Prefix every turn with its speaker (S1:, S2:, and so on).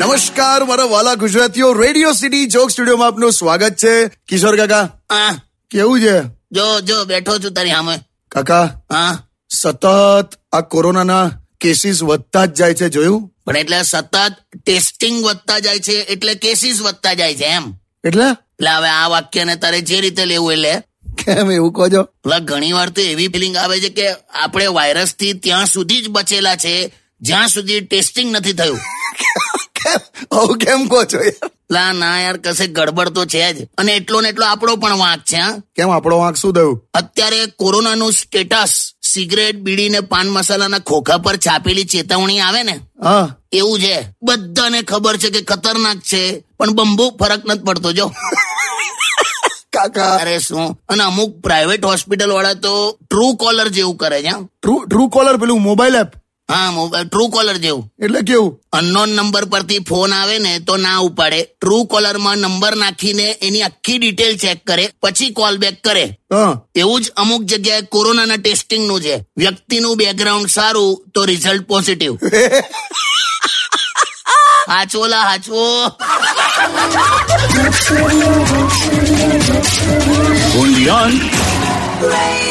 S1: નમસ્કાર મારા વાલા ગુજરાતીઓ રેડિયો સિટી જોક સ્ટુડિયોમાં આપનું સ્વાગત છે કિશોર કાકા
S2: હા
S1: કેવું છે
S2: જો જો બેઠો છું તારી સામે
S1: કાકા
S2: હા
S1: સતત આ કોરોનાના કેસીસ વધતા જ જાય છે જોયું
S2: પણ એટલે સતત ટેસ્ટિંગ વધતા જાય છે એટલે કેસીસ વધતા જાય છે એમ
S1: એટલે
S2: એટલે હવે આ વાક્યને તારે જે રીતે લેવું એટલે
S1: કેમ એવું કહો છો
S2: એટલે ઘણી વાર તો એવી ફિલિંગ આવે છે કે આપણે વાયરસથી ત્યાં સુધી જ બચેલા છે જ્યાં સુધી ટેસ્ટિંગ નથી થયું
S1: કેમ આવું કેમ કહો છો યાર?
S2: એટલે આ ના યાર કશે ગડબડ તો છે જ અને એટલો ને એટલો આપણો પણ વાંક છે હા
S1: કેમ આપણો વાંક શું થયું
S2: અત્યારે કોરોનાનું સ્ટેટસ સિગરેટ બીડી ને પાન મસાલાના ખોખા પર છાપેલી ચેતવણી આવે ને
S1: હા
S2: એવું છે બધાને ખબર છે કે ખતરનાક છે પણ બંબુ ફરક નથી પડતો જો
S1: કાકા
S2: અરે શું અને અમુક પ્રાઇવેટ હોસ્પિટલ વાળા તો ટ્રુ કોલર જેવું કરે છે હા.
S1: ટ્રુ ટ્રુ કોલર પેલું મોબાઈલ એપ
S2: હા મોબાઈલ ટ્રુ કોલર જેવું
S1: એટલે કેવું
S2: અનનોન નંબર પરથી ફોન આવે ને તો ના ઉપાડે ટ્રુ કોલરમાં નંબર નાખીને એની આખી ડિટેલ ચેક કરે પછી કોલ બેક કરે
S1: હા
S2: એવું જ અમુક જગ્યાએ કોરોનાના ટેસ્ટિંગનું છે વ્યક્તિનું બેકગ્રાઉન્ડ સારું તો રિઝલ્ટ પોઝિટિવ હાચવો લા હાચવો
S3: Only on
S4: Radio